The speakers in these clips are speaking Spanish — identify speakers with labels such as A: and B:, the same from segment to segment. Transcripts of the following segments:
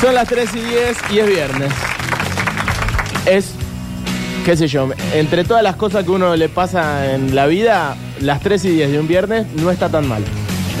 A: Son las 3 y 10 y es viernes. Es, qué sé yo, entre todas las cosas que uno le pasa en la vida, las 3 y 10 de un viernes no está tan mal.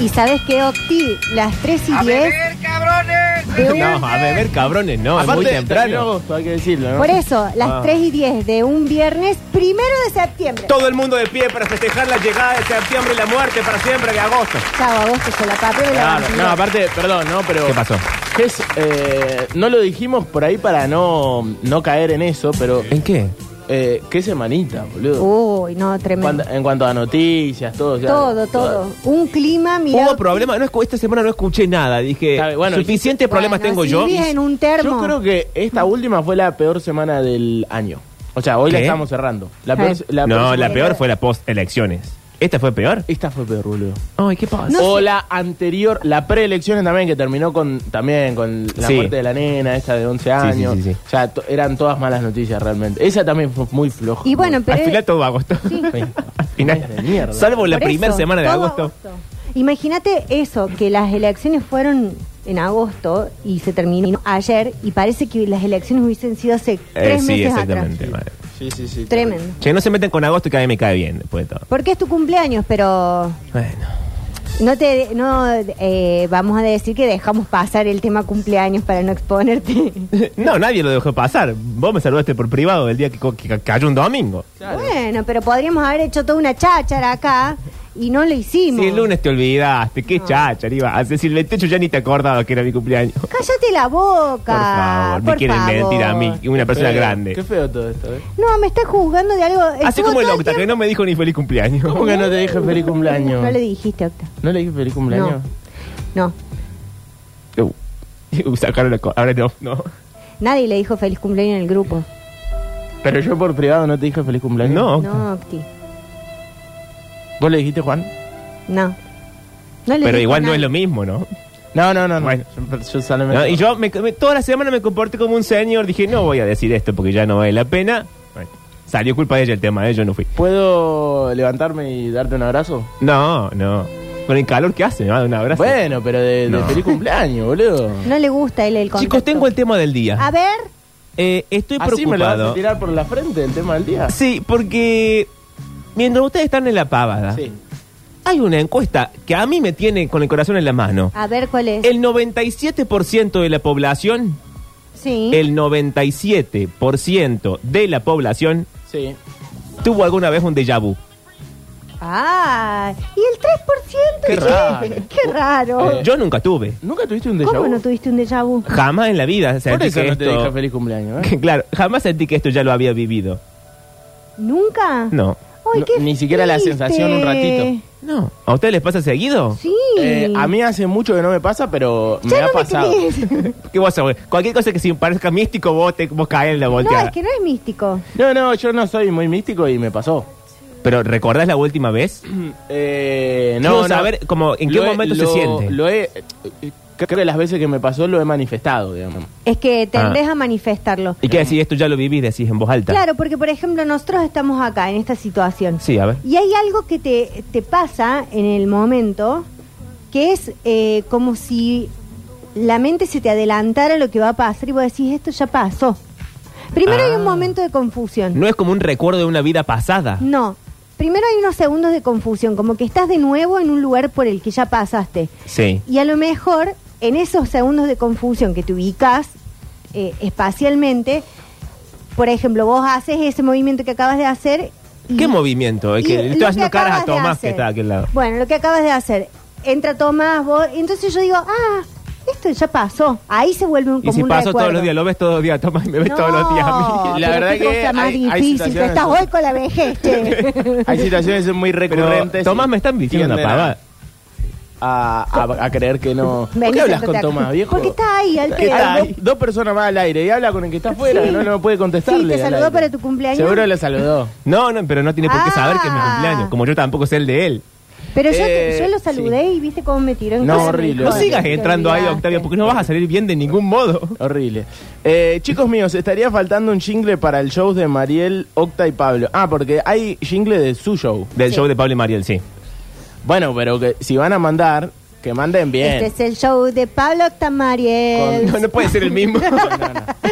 B: Y sabes qué, Octi, las 3 y 10
C: cabrones!
B: de un-
D: No, a beber cabrones, no, es
A: Aparte,
D: muy
A: terminó
D: temprano.
A: agosto, hay que decirlo, ¿no?
B: Por eso, las
A: Ah.
B: 3 y 10 de un viernes primero de septiembre.
D: Todo el mundo de pie para festejar la llegada de septiembre y la muerte para siempre de agosto.
B: Chao, agosto se la papel de la
A: Claro, no,
B: bandera.
A: aparte, perdón, ¿no? Pero.
D: ¿Qué pasó?
A: que es, eh, no lo dijimos por ahí para no, no caer en eso, pero.
D: ¿En qué?
A: Eh, qué semanita, boludo.
B: Uy, no, tremendo.
A: Cuando- en cuanto a noticias, todo. o sea,
B: Todo, todo. Un clima, mira.
D: Hubo problemas, no, escu- esta semana no escuché nada,
A: Está
D: dije,
A: bien, bueno,
D: suficientes problemas
B: Bueno,
D: tengo
B: si
D: yo.
B: vivís en un termo.
A: Yo creo que esta
B: Mm.
A: última fue la peor semana del año. O sea, hoy la
D: ¿Qué?
A: estamos cerrando. La peor,
B: Sí.
A: la peor
D: No,
A: semana-
D: la peor fue la post-elecciones. ¿Esta fue peor?
A: Esta fue peor, boludo.
D: Ay, ¿qué pasa? Oh,
B: No
A: o
B: sé.
A: la anterior, la preelecciones también, que terminó con también con la
D: Sí.
A: muerte de la nena, esta de 11
D: sí,
A: años.
D: sí, sí.
A: O sea, to- eran todas malas noticias realmente. Esa también fue muy floja.
B: Y bueno, pero.
D: Al final todo agosto.
A: Sí.
D: Al final.
A: Madre mierda.
D: Salvo la
B: por
D: primera
B: eso,
D: semana de
B: todo
D: agosto.
B: Imagínate eso, que las elecciones fueron en agosto y se terminó ayer y parece que las elecciones hubiesen sido hace
D: Eh,
B: tres
D: sí,
B: meses
D: exactamente.
B: atrás.
D: madre.
A: Sí, sí, sí.
B: Tremendo.
D: Che, no se meten con agosto que a mí me cae bien después de todo.
B: Porque es tu cumpleaños, pero
D: Bueno.
B: no te no eh, vamos a decir que dejamos pasar el tema cumpleaños para no exponerte.
D: No, nadie lo dejó pasar. Vos me saludaste por privado el día que, co- que ca- cayó un domingo.
A: Claro.
B: Bueno, pero podríamos haber hecho toda una cháchara acá y no lo hicimos.
D: Si el lunes te olvidaste, qué chacha, iba. Si el 28 ya ni te acordaba que era mi cumpleaños.
B: Cállate la boca.
D: Por favor, me
B: por
D: quieren
B: favor.
D: mentir a mí, una persona
A: Feo,
D: grande.
A: Qué feo todo esto, ¿eh?
B: No, me está juzgando de algo.
D: Así
B: Estuvo
D: como el
B: todo
D: Octa, que
B: tiempo-
D: no me dijo ni feliz cumpleaños.
A: ¿Cómo que no te dije feliz cumpleaños?
B: No le dijiste, Octa.
A: ¿No le dije feliz cumpleaños?
B: No.
D: Uh, uh, sacaron la co- Ahora no, no.
B: Nadie le dijo feliz cumpleaños en el grupo.
A: Pero yo por privado no te dije feliz cumpleaños.
D: No, Octa.
B: No, Octi.
A: ¿Vos le dijiste, Juan?
B: No. No le
D: Pero
B: dijo
D: igual no
B: nadie.
D: es lo mismo, ¿no?
A: No, no, no. no.
D: Bueno.
A: Yo, yo solamente-
D: No, Y yo me- me- toda la semana me comporté como un señor. Dije, no voy a decir esto porque ya no vale la pena. Bueno, salió culpa de ella el tema, ¿eh? yo no fui.
A: ¿Puedo levantarme y darte un abrazo?
D: No, no. Con el calor que hace, me va a dar un abrazo.
A: Bueno, pero de, de
D: No.
A: feliz cumpleaños, boludo.
B: No le gusta él el
D: Chicos,
B: contexto.
D: tengo el tema del día.
B: A ver.
D: Eh, estoy
A: Así me lo vas a
D: preocupado.
A: tirar por la frente el tema del día.
D: Sí, porque mientras ustedes están en la pavada,
A: Sí.
D: hay una encuesta que a mí me tiene con el corazón en la mano.
B: A ver cuál Ah, es.
D: El 97% de la población,
B: sí.
D: el 97% de la población
A: Sí.
D: tuvo alguna vez un déjà vu.
B: Ah, y el 3%.
A: Qué
B: che,
A: raro.
B: Qué raro.
A: Eh,
D: Yo nunca tuve.
A: ¿Nunca tuviste un déjà
B: ¿Cómo
A: vu?
B: no tuviste un déjà vu?
D: Jamás en la vida
A: Por
D: sentí
A: eso
D: que
A: no te
D: esto-
A: dije feliz cumpleaños, ¿eh?
D: Claro, jamás sentí que esto ya lo había vivido.
B: ¿Nunca?
D: No.
B: Ay,
A: No,
B: qué
A: ni siquiera la
B: triste.
A: sensación un ratito.
D: No. ¿A ustedes les pasa seguido?
B: Sí.
A: Eh, a mí hace mucho que no me pasa, pero me
B: Ya
A: ha
B: no me
A: pasado.
B: crees.
D: ¿Qué vos sabés? Cualquier cosa que se parezca místico, vos, te, vos caes en la
B: No,
D: volteada.
B: es que no es místico.
A: No, no, yo no soy muy místico y me pasó.
D: Pero ¿recordás la última vez?
A: Eh, no,
D: Quiero
A: no.
D: saber como en qué
A: Lo he-
D: momento se
A: lo-
D: siente.
A: Lo he, eh, creo que las veces que me pasó lo he manifestado, digamos.
B: Es que
A: Ah.
B: tendés a manifestarlo.
D: ¿Y qué decís? Esto ya lo viví, decís en voz alta.
B: Claro, porque por ejemplo nosotros estamos acá en esta situación.
D: Sí, a ver.
B: Y hay algo que te, te pasa en el momento que es eh, como si la mente se te adelantara a lo que va a pasar y vos decís, esto ya pasó. Primero
D: Ah.
B: hay un momento de confusión.
D: No es como un recuerdo de una vida pasada.
B: No. Primero hay unos segundos de confusión, como que estás de nuevo en un lugar por el que ya pasaste.
D: Sí.
B: Y a lo mejor en esos segundos de confusión que te ubicas eh, espacialmente, por ejemplo, vos haces ese movimiento que acabas de hacer. y-
D: ¿Qué movimiento? Es
B: Mm. y
D: que le
B: lo
D: estoy haciendo caras
B: acabas
D: a
B: de
D: Tomás
B: hacer.
D: que está a aquel lado.
B: Bueno, lo que acabas de hacer. Entra Tomás, vos. y Entonces yo digo, ah, esto ya pasó. Ahí se vuelve un
D: Y
B: como
D: si
B: un
D: paso
B: recuerdo.
D: todos los días, lo ves todos los días, Tomás, y me ves
B: No,
D: todos los días a mí.
A: La
B: pero
A: verdad
B: qué
A: que
B: cosa más
A: hay- hay
B: difícil. Tú
A: situaciones
B: estás
A: donde-
B: hoy con la vejez, che.
A: Hay situaciones muy
D: Pero,
A: recurrentes.
D: Tomás,
A: y
D: me están diciendo una
A: tienden a-
D: pavada.
A: A, a- a creer que no. ¿Por
B: Vení,
A: qué hablas
B: sentate
A: con
B: acá.
A: Tomás, viejo?
B: Porque está ahí, al
A: Hay
B: pedo.
A: dos- dos personas más al aire y habla con el que está afuera,
B: Sí.
A: que no, no puede contestarle.
B: Sí, te
A: al
B: saludó
A: aire.
B: para tu cumpleaños.
A: Seguro le saludó.
D: No, no, pero no tiene por qué
B: Ah.
D: saber que es mi cumpleaños, como yo tampoco sé el de él.
B: Pero yo,
A: Eh,
B: te- yo lo saludé y viste cómo me tiró en
A: No,
B: cara,
A: horrible.
B: me
D: No
B: dijo,
D: sigas
B: "Te
D: entrando ahí,
B: olvidaste".
D: Octavio, porque no vas a salir bien de ningún modo.
A: Horrible. Eh, chicos míos, estaría faltando un jingle para el show de Mariel, Octa y Pablo. Ah, porque hay jingle de su show.
D: Del show de Pablo y Mariel, sí.
A: Bueno, pero que si van a mandar, Que manden bien.
B: Este es el show de Pablo Tamariel.
A: Con-
D: No, no puede ser el mismo.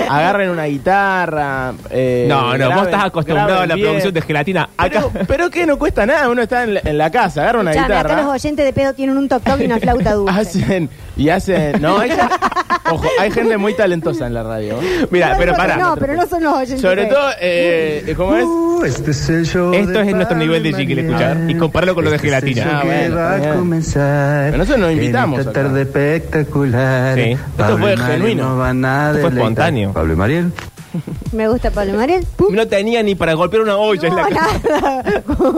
A: Agarren una guitarra. eh,
D: No, no, vos
A: graben-
D: estás acostumbrado a
A: graben
D: la
A: bien.
D: producción de gelatina. Acá.
A: Pero, pero que no cuesta nada, uno está en la, en la casa, agarra una
B: Escuchame, acá los
A: guitarra.
B: oyentes de pedo tienen un toc toc y una
D: Ah,
B: flauta dulce.
A: Hacen y hacen. No, hay, ojo, hay gente muy talentosa en la radio. ¿eh?
D: Mira,
B: No,
D: pero
B: no,
D: para.
B: No, pero no son los oyentes.
A: Sobre
B: de-
A: todo, eh, ¿cómo es?
C: Uh, este es el show
D: Esto
C: de
D: es nuestro nivel de
C: Pablo
D: jingle,
C: Mariel.
D: escuchar, y compararlo con lo de
C: Este es el
D: gelatina.
C: show
A: Ah,
C: que
A: bueno,
C: va
A: está
C: a
A: bien.
C: comenzar.
A: Pero nosotros no
C: en
A: invitamos
C: Esta
A: acá.
C: tarde espectacular.
D: Sí. Esto
C: Pablo
A: fue
C: y Mariel
A: genuino.
C: No van a
D: Esto fue
C: deleitar.
D: espontáneo.
C: Pablo y Mariel.
B: Me gusta Pablo Mariel. Pum.
D: No tenía ni para golpear una olla.
B: No,
D: es la...
B: nada.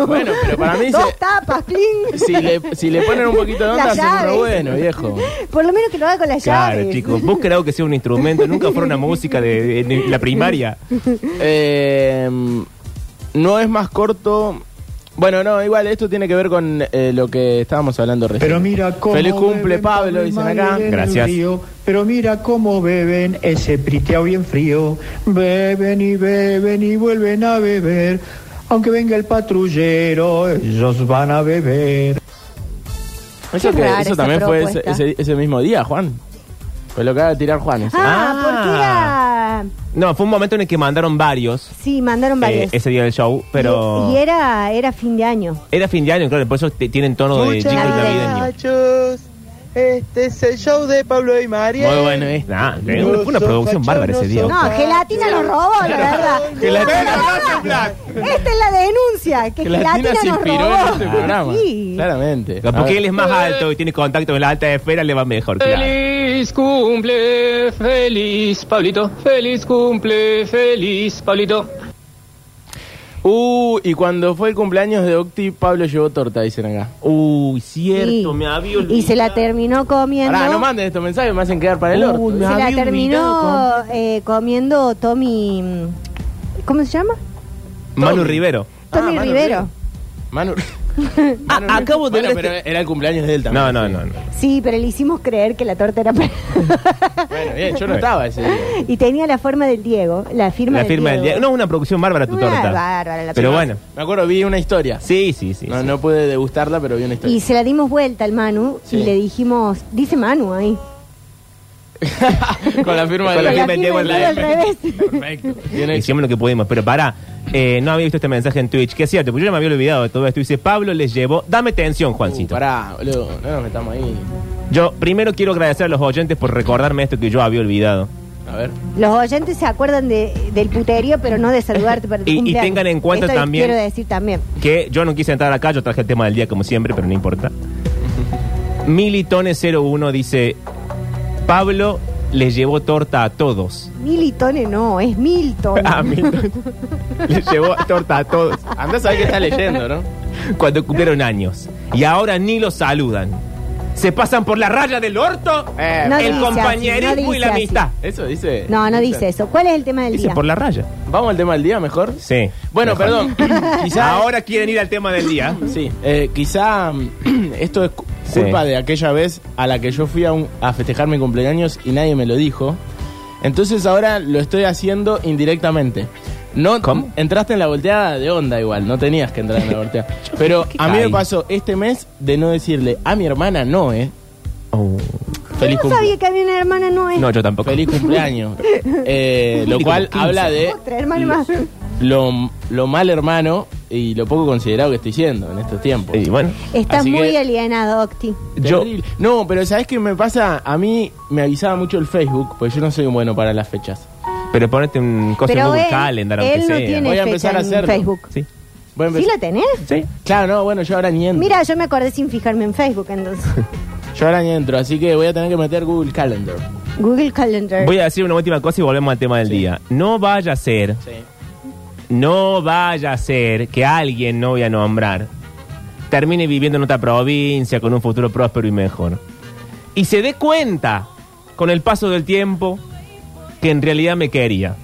A: Bueno, pero para mí
B: Dos
A: se-
B: tapas, cling.
A: Si le, si le ponen un poquito de onda,
B: Las
A: hacen re
B: llaves.
A: bueno, viejo.
B: Por lo menos que lo haga con las
D: Claro,
B: llaves.
D: chicos. Busquen algo que sea un instrumento. Nunca fuera una música de, de- de la primaria.
A: Eh, no es más corto. Bueno, no, igual esto tiene que ver con eh, lo que estábamos hablando recién.
E: Pero mira cómo
A: Feliz cumple,
E: beben
A: Pablo,
E: y
A: dicen
E: Mariel
A: acá.
E: en el
D: Gracias.
E: río. pero mira cómo beben ese priteado bien frío. Beben y beben y vuelven a beber. Aunque venga el patrullero, ellos van a beber.
A: Eso,
B: Qué
A: que-
B: rara
A: eso
B: esa
A: también fue ese,
B: propuesta.
A: ese- ese mismo día, Juan. Fue lo que acaba de tirar Juan. eso.
B: Ah, porque era.
D: No, fue un momento en el que mandaron varios
B: Sí, mandaron
D: eh,
B: varios.
D: ese día del show, pero.
B: Y, y era, era fin de año.
D: Era fin de año, claro, por eso te- tienen tono de jingle navideño.
F: Muchachos, este es el show de Pablo y María.
A: Muy bueno, ¿eh?
D: Nah, fue una- fue una producción bárbara ese día.
B: No, gelatina nos robó, la verdad. Esta es la denuncia, que
A: Que la
B: gelatina,
A: Tina se
B: nos
A: inspiró
B: robó.
A: en este programa.
B: Sí.
A: Claramente.
D: Claro, Porque
A: A ver.
D: él es más alto y tiene contacto en la alta esfera, le va mejor, claro.
G: Feliz cumple, feliz Pablito, feliz cumple, feliz Pablito.
A: Uh, y cuando fue el cumpleaños de Octi, Pablo llevó torta, dicen acá.
D: Uy,
B: Sí.
D: cierto, me había olvidado.
B: Y se la terminó comiendo.
A: Pará, no manden estos mensajes, me hacen quedar para el
D: Uh,
A: orto.
D: me
B: se la
D: había
B: terminó
D: olvidado
B: eh, comiendo Tommy. mm, ¿Cómo se llama?
D: Manu Rivero.
A: Ah,
B: Tommy
A: Manu
B: Rivero.
A: Manu.
D: Ah, acabo de
A: Bueno,
D: ver
A: pero
D: este-
A: era el cumpleaños de él también.
D: No, no, no. no.
B: Sí, pero le hicimos creer que la torta era para-
A: Bueno, bien, yo no estaba ese día.
B: Y tenía la forma del Diego, la firma
D: La
B: del
D: firma del día.
B: Diego.
D: No, una producción bárbara tu
B: Una
D: torta.
B: bárbara la
D: Pero
B: primera
D: bueno,
A: Me acuerdo, vi una historia.
D: sí, sí, sí.
A: no,
D: sí.
A: no pude degustarla, pero vi una
B: Y
A: historia.
B: se la dimos vuelta al Manu
A: Sí.
B: y le dijimos, dice Manu ahí.
A: Con la firma
D: Con
A: de
D: la
A: la
D: firma del Diego
B: del
D: en la
B: Diego al revés.
A: Perfecto. Tiene-
D: Hicimos lo que pudimos, pero pará. eh, no había visto este mensaje en Twitch, que es cierto, porque yo ya me había olvidado de todo esto. Dice, Pablo les llevó, dame atención,
A: Uh,
D: Juancito.
A: pará, boludo, no nos metamos ahí.
D: Yo primero quiero agradecer a los oyentes por recordarme esto que yo había olvidado.
A: A ver.
B: Los oyentes se acuerdan de, del puterío, pero no de saludarte para tu
D: Y- y
B: cumpleaños.
D: tengan en cuenta
B: Esto
D: también-
B: Quiero decir también.
D: Que yo no quise entrar acá, yo traje el tema del día como siempre, pero no importa. Militone01 dice, Pablo les llevó torta a todos.
B: Militone eh, no, es Milton.
D: Ah, Milton. les llevó torta a todos
A: Andás a ver qué está leyendo, ¿no?
D: cuando cumplieron años. Y ahora ni los saludan. Se pasan por la raya del orto,
A: Eh,
B: No
D: el
B: dice así,
D: compañerismo
B: no
D: y
B: dice
D: la
B: así.
D: amistad.
A: Eso dice.
B: no, no dice eso. ¿Cuál es el tema del
D: Dice
B: día?
D: por la raya.
A: Vamos al tema del día mejor.
D: Sí.
A: Bueno,
D: Mejor.
A: perdón. quizá
D: Ahora quieren ir al tema del día.
A: Sí, eh, quizá mm, esto es cu-
D: Sí.
A: culpa de aquella vez a la que yo fui a, un- a festejar mi cumpleaños y nadie me lo dijo. Entonces ahora lo estoy haciendo indirectamente. No,
D: ¿Cómo?
A: Entraste en la volteada de onda igual, no tenías que entrar en la volteada. Pero a mí me
D: Ay.
A: pasó este mes de no decirle a mi hermana no, ¿eh?
D: Oh.
A: Feliz,
B: no
A: cumple-
B: sabía que había una hermana no es.
D: No, yo tampoco.
A: feliz cumpleaños. Eh, lo
D: Tiene
A: cual
D: como 15.
A: habla de
B: Otra
D: eh,
B: hermana más.
A: lo, lo mal hermano y lo poco considerado que estoy siendo en estos tiempos.
D: Y bueno,
B: Estás
A: Así que-
B: muy alienado, Octi.
A: Yo,
D: yo...
A: no, pero ¿sabes qué me pasa? A mí me avisaba mucho el Facebook, porque yo no soy bueno para las fechas.
D: Pero ponete un cosa en
B: Pero
D: Google
B: él,
D: Calendar, aunque
B: él
D: sea.
B: no tiene
A: Voy a
B: fecha
A: empezar a
B: en
A: hacerlo.
B: Facebook.
D: Sí.
A: Voy a
B: ¿Sí
A: empezar-
B: la tenés?
D: Sí.
A: Claro, no, bueno, yo ahora ni entro.
B: Mira, yo me acordé sin fijarme en Facebook, entonces.
A: Yo ahora ni entro, así que voy a tener que meter Google Calendar.
B: Google
A: Eh.
B: Calendar.
D: Voy a decir una última cosa y volvemos al tema del día. No vaya a ser,
A: Sí.
D: no vaya a ser que alguien, no voy a nombrar, termine viviendo en otra provincia con un futuro próspero y mejor. Y se dé cuenta, con el paso del tiempo, que en realidad me quería.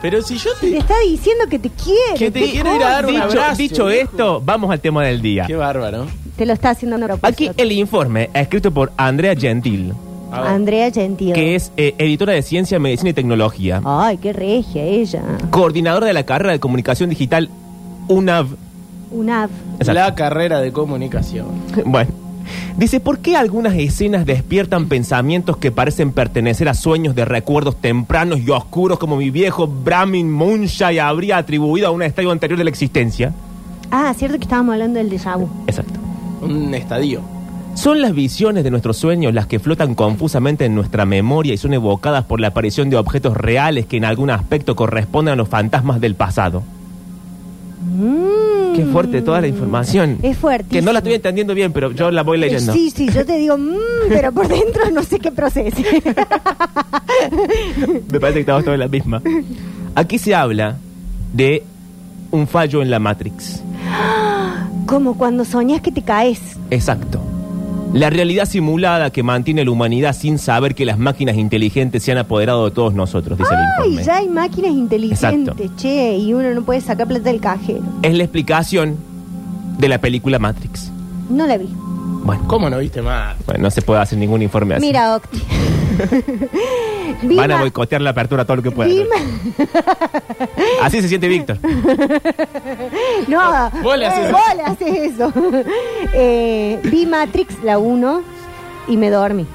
A: Pero si yo
B: Te
A: te...
B: está diciendo que te quiere.
A: Que te
B: ¿qué
A: quiero ir a dar un
D: dicho,
A: abrazo,
D: dicho
A: viejo.
D: esto, vamos al tema del día.
A: Qué bárbaro.
B: cosa? Te lo está haciendo en
D: Aquí el informe, escrito por Andrea Gentil,
A: A ver.
B: Andrea Gentil.
D: que es eh, editora de Ciencia, Medicina y Tecnología,
A: Ah.
B: Ay, qué regia ella.
D: coordinadora de la carrera de Comunicación Digital UNAV.
B: Una.
D: Exacto.
A: La carrera de comunicación.
D: Bueno, Dice, ¿por qué algunas escenas despiertan pensamientos que parecen pertenecer a sueños de recuerdos tempranos y oscuros como mi viejo Brahmin Munshai habría atribuido a un estadio anterior de la existencia?
B: Ah, cierto que estábamos hablando del déjà vu.
D: Exacto.
A: Un estadio.
D: ¿Son las visiones de nuestros sueños las que flotan confusamente en nuestra memoria y son evocadas por la aparición de objetos reales que en algún aspecto corresponden a los fantasmas del pasado?
B: Mm.
D: Qué fuerte toda la información.
B: Es fuerte.
D: Que no la estoy entendiendo bien, pero yo la voy leyendo.
B: Sí, sí, yo te digo, mm, pero por dentro no sé qué procese.
D: Me parece que estamos todos en la misma. Aquí se habla de un fallo en la Matrix.
B: Como cuando soñás que te caes.
D: Exacto. La realidad simulada que mantiene la humanidad sin saber que las máquinas inteligentes se han apoderado de todos nosotros, dice el
B: Ay,
D: informe.
B: ya hay máquinas inteligentes, che, y uno no puede sacar plata del cajero.
D: Es la explicación de la película Matrix.
B: No la vi.
D: Bueno,
A: ¿Cómo no viste más?
D: bueno, no se puede hacer ningún informe así.
B: Mira, Octi. Vi
D: Van a
B: ma-
D: boicotear la apertura todo lo que puedan.
B: vi ma-
D: Así se siente Víctor.
B: No,
A: Oh, Vos le
B: eh,
A: haces-
B: vos le haces eso. Eh, vi Matrix, la 1, y me dormí.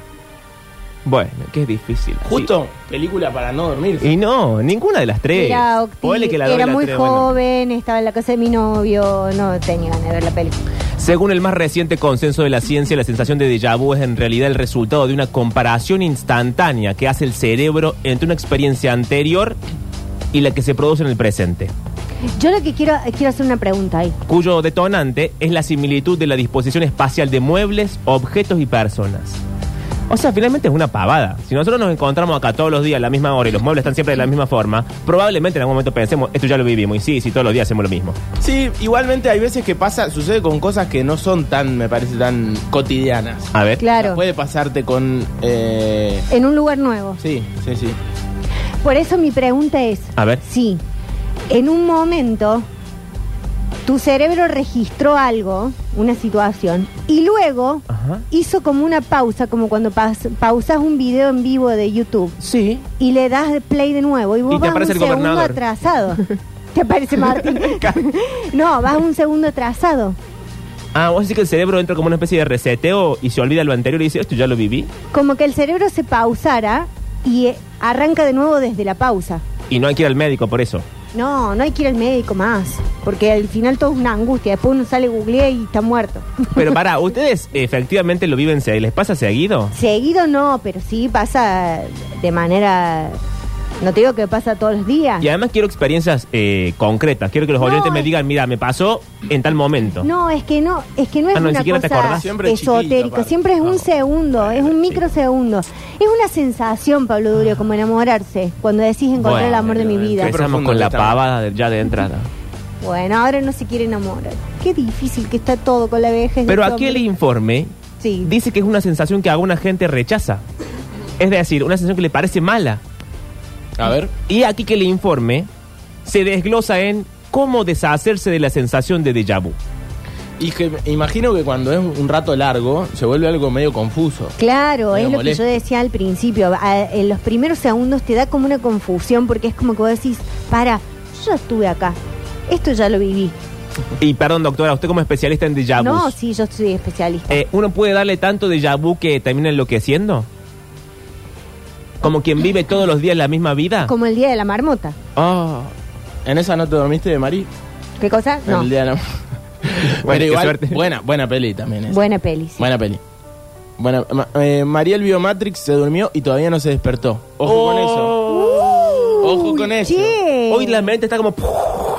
D: Bueno, que es difícil.
A: Justo, película para no dormir.
D: Y no, ninguna de las tres.
B: Era Octi,
D: Ponele que la doy
B: era
D: la
B: muy
D: tres, bueno.
B: joven, estaba en la casa de mi novio, no tenía ganas de ver la película.
D: Según el más reciente consenso de la ciencia, la sensación de déjà vu es en realidad el resultado de una comparación instantánea que hace el cerebro entre una experiencia anterior y la que se produce en el presente,
B: Yo lo que quiero, quiero hacer una pregunta ahí.
D: cuyo detonante es la similitud de la disposición espacial de muebles, objetos y personas. O sea, finalmente es una pavada. Si nosotros nos encontramos acá todos los días a la misma hora y los muebles están siempre de la misma forma, probablemente en algún momento pensemos, esto ya lo vivimos, y sí, sí, todos los días hacemos lo mismo.
A: Sí, igualmente hay veces que pasa, sucede con cosas que no son tan, me parece, tan cotidianas.
D: A ver.
B: Claro,
A: Puede pasarte con... eh,
B: en un lugar nuevo.
A: sí, sí, sí.
B: Por eso mi pregunta es,
D: A ver.
B: si en un momento tu cerebro registró algo, una situación, y luego
D: Ajá.
B: hizo como una pausa, como cuando pas- pausas un video en vivo de YouTube
D: Sí.
B: y le das de play de nuevo y vos
D: Y te
B: vas
D: aparece
B: un
D: el
B: segundo
D: gobernador.
B: atrasado. ¿Te aparece Martín? no, vas un segundo atrasado.
D: Ah, vos decís que el cerebro entra como una especie de reseteo y se olvida lo anterior y dice, esto ya lo viví.
B: Como que el cerebro se pausara y eh, arranca de nuevo desde la pausa.
D: Y no hay que ir al médico por eso.
B: No, no hay que ir al médico más, porque al final todo es una angustia. Después uno sale, googlea y está muerto.
D: Pero para, ¿ustedes efectivamente lo viven? se- ¿Les pasa seguido?
B: Seguido no, pero sí pasa de manera... No te digo que pasa todos los días.
D: Y además quiero experiencias eh, concretas. Quiero que los
B: Ah. No,
D: oyentes me
B: es-
D: digan, mira, me pasó en tal momento.
B: No, es que no, es que no es
D: Ah, no, ni
B: una
D: siquiera te
B: cosa
D: acordás.
A: Siempre es chiquito,
B: esotérica,
A: aparte.
B: siempre es un
D: No.
B: segundo, es un
D: sí.
B: microsegundo. Es una sensación, Pablo Durio, como enamorarse, cuando decís encontrar
D: Bueno,
B: el amor de mi vida.
A: qué
D: Empezamos
A: profundo
D: con
A: que
D: la
A: estamos.
D: pavada de- ya de entrada.
B: Bueno, ahora no se quiere enamorar. Qué difícil que está todo con la vejez. de
D: Pero
B: este
D: aquí el
B: hombre.
D: informe
B: Sí.
D: dice que es una sensación que alguna gente rechaza. Es decir, una sensación que le parece mala.
A: A ver.
D: Y aquí que el informe se desglosa en cómo deshacerse de la sensación de déjà vu.
A: Y que me imagino que cuando es un rato largo, se vuelve algo medio confuso.
B: Claro,
A: Medio
B: es lo
A: molesto.
B: que yo decía al principio. A- en los primeros segundos te da como una confusión porque es como que vos decís, para, yo ya estuve acá. Esto ya lo viví.
D: Y perdón, doctora, usted como especialista en déjà vu.
B: No, sí, yo soy especialista.
D: Eh, ¿Uno puede darle tanto déjà vu que termina enloqueciendo? ¿Como quien vive todos los días la misma vida?
B: Como el día de la marmota.
A: Ah, ¿En esa no te dormiste de Marí?
B: ¿Qué cosa?
A: En
B: No.
A: El día de la... Pero
D: qué
A: igual,
D: suerte.
A: buena, buena peli también es.
B: Buena peli. sí.
A: Buena peli. Bueno, eh, Mariel vio Matrix, se durmió y todavía no se despertó. Ojo con
B: Oh.
A: eso. Ojo con
B: Uy,
A: eso.
B: che.
D: Hoy la mente está como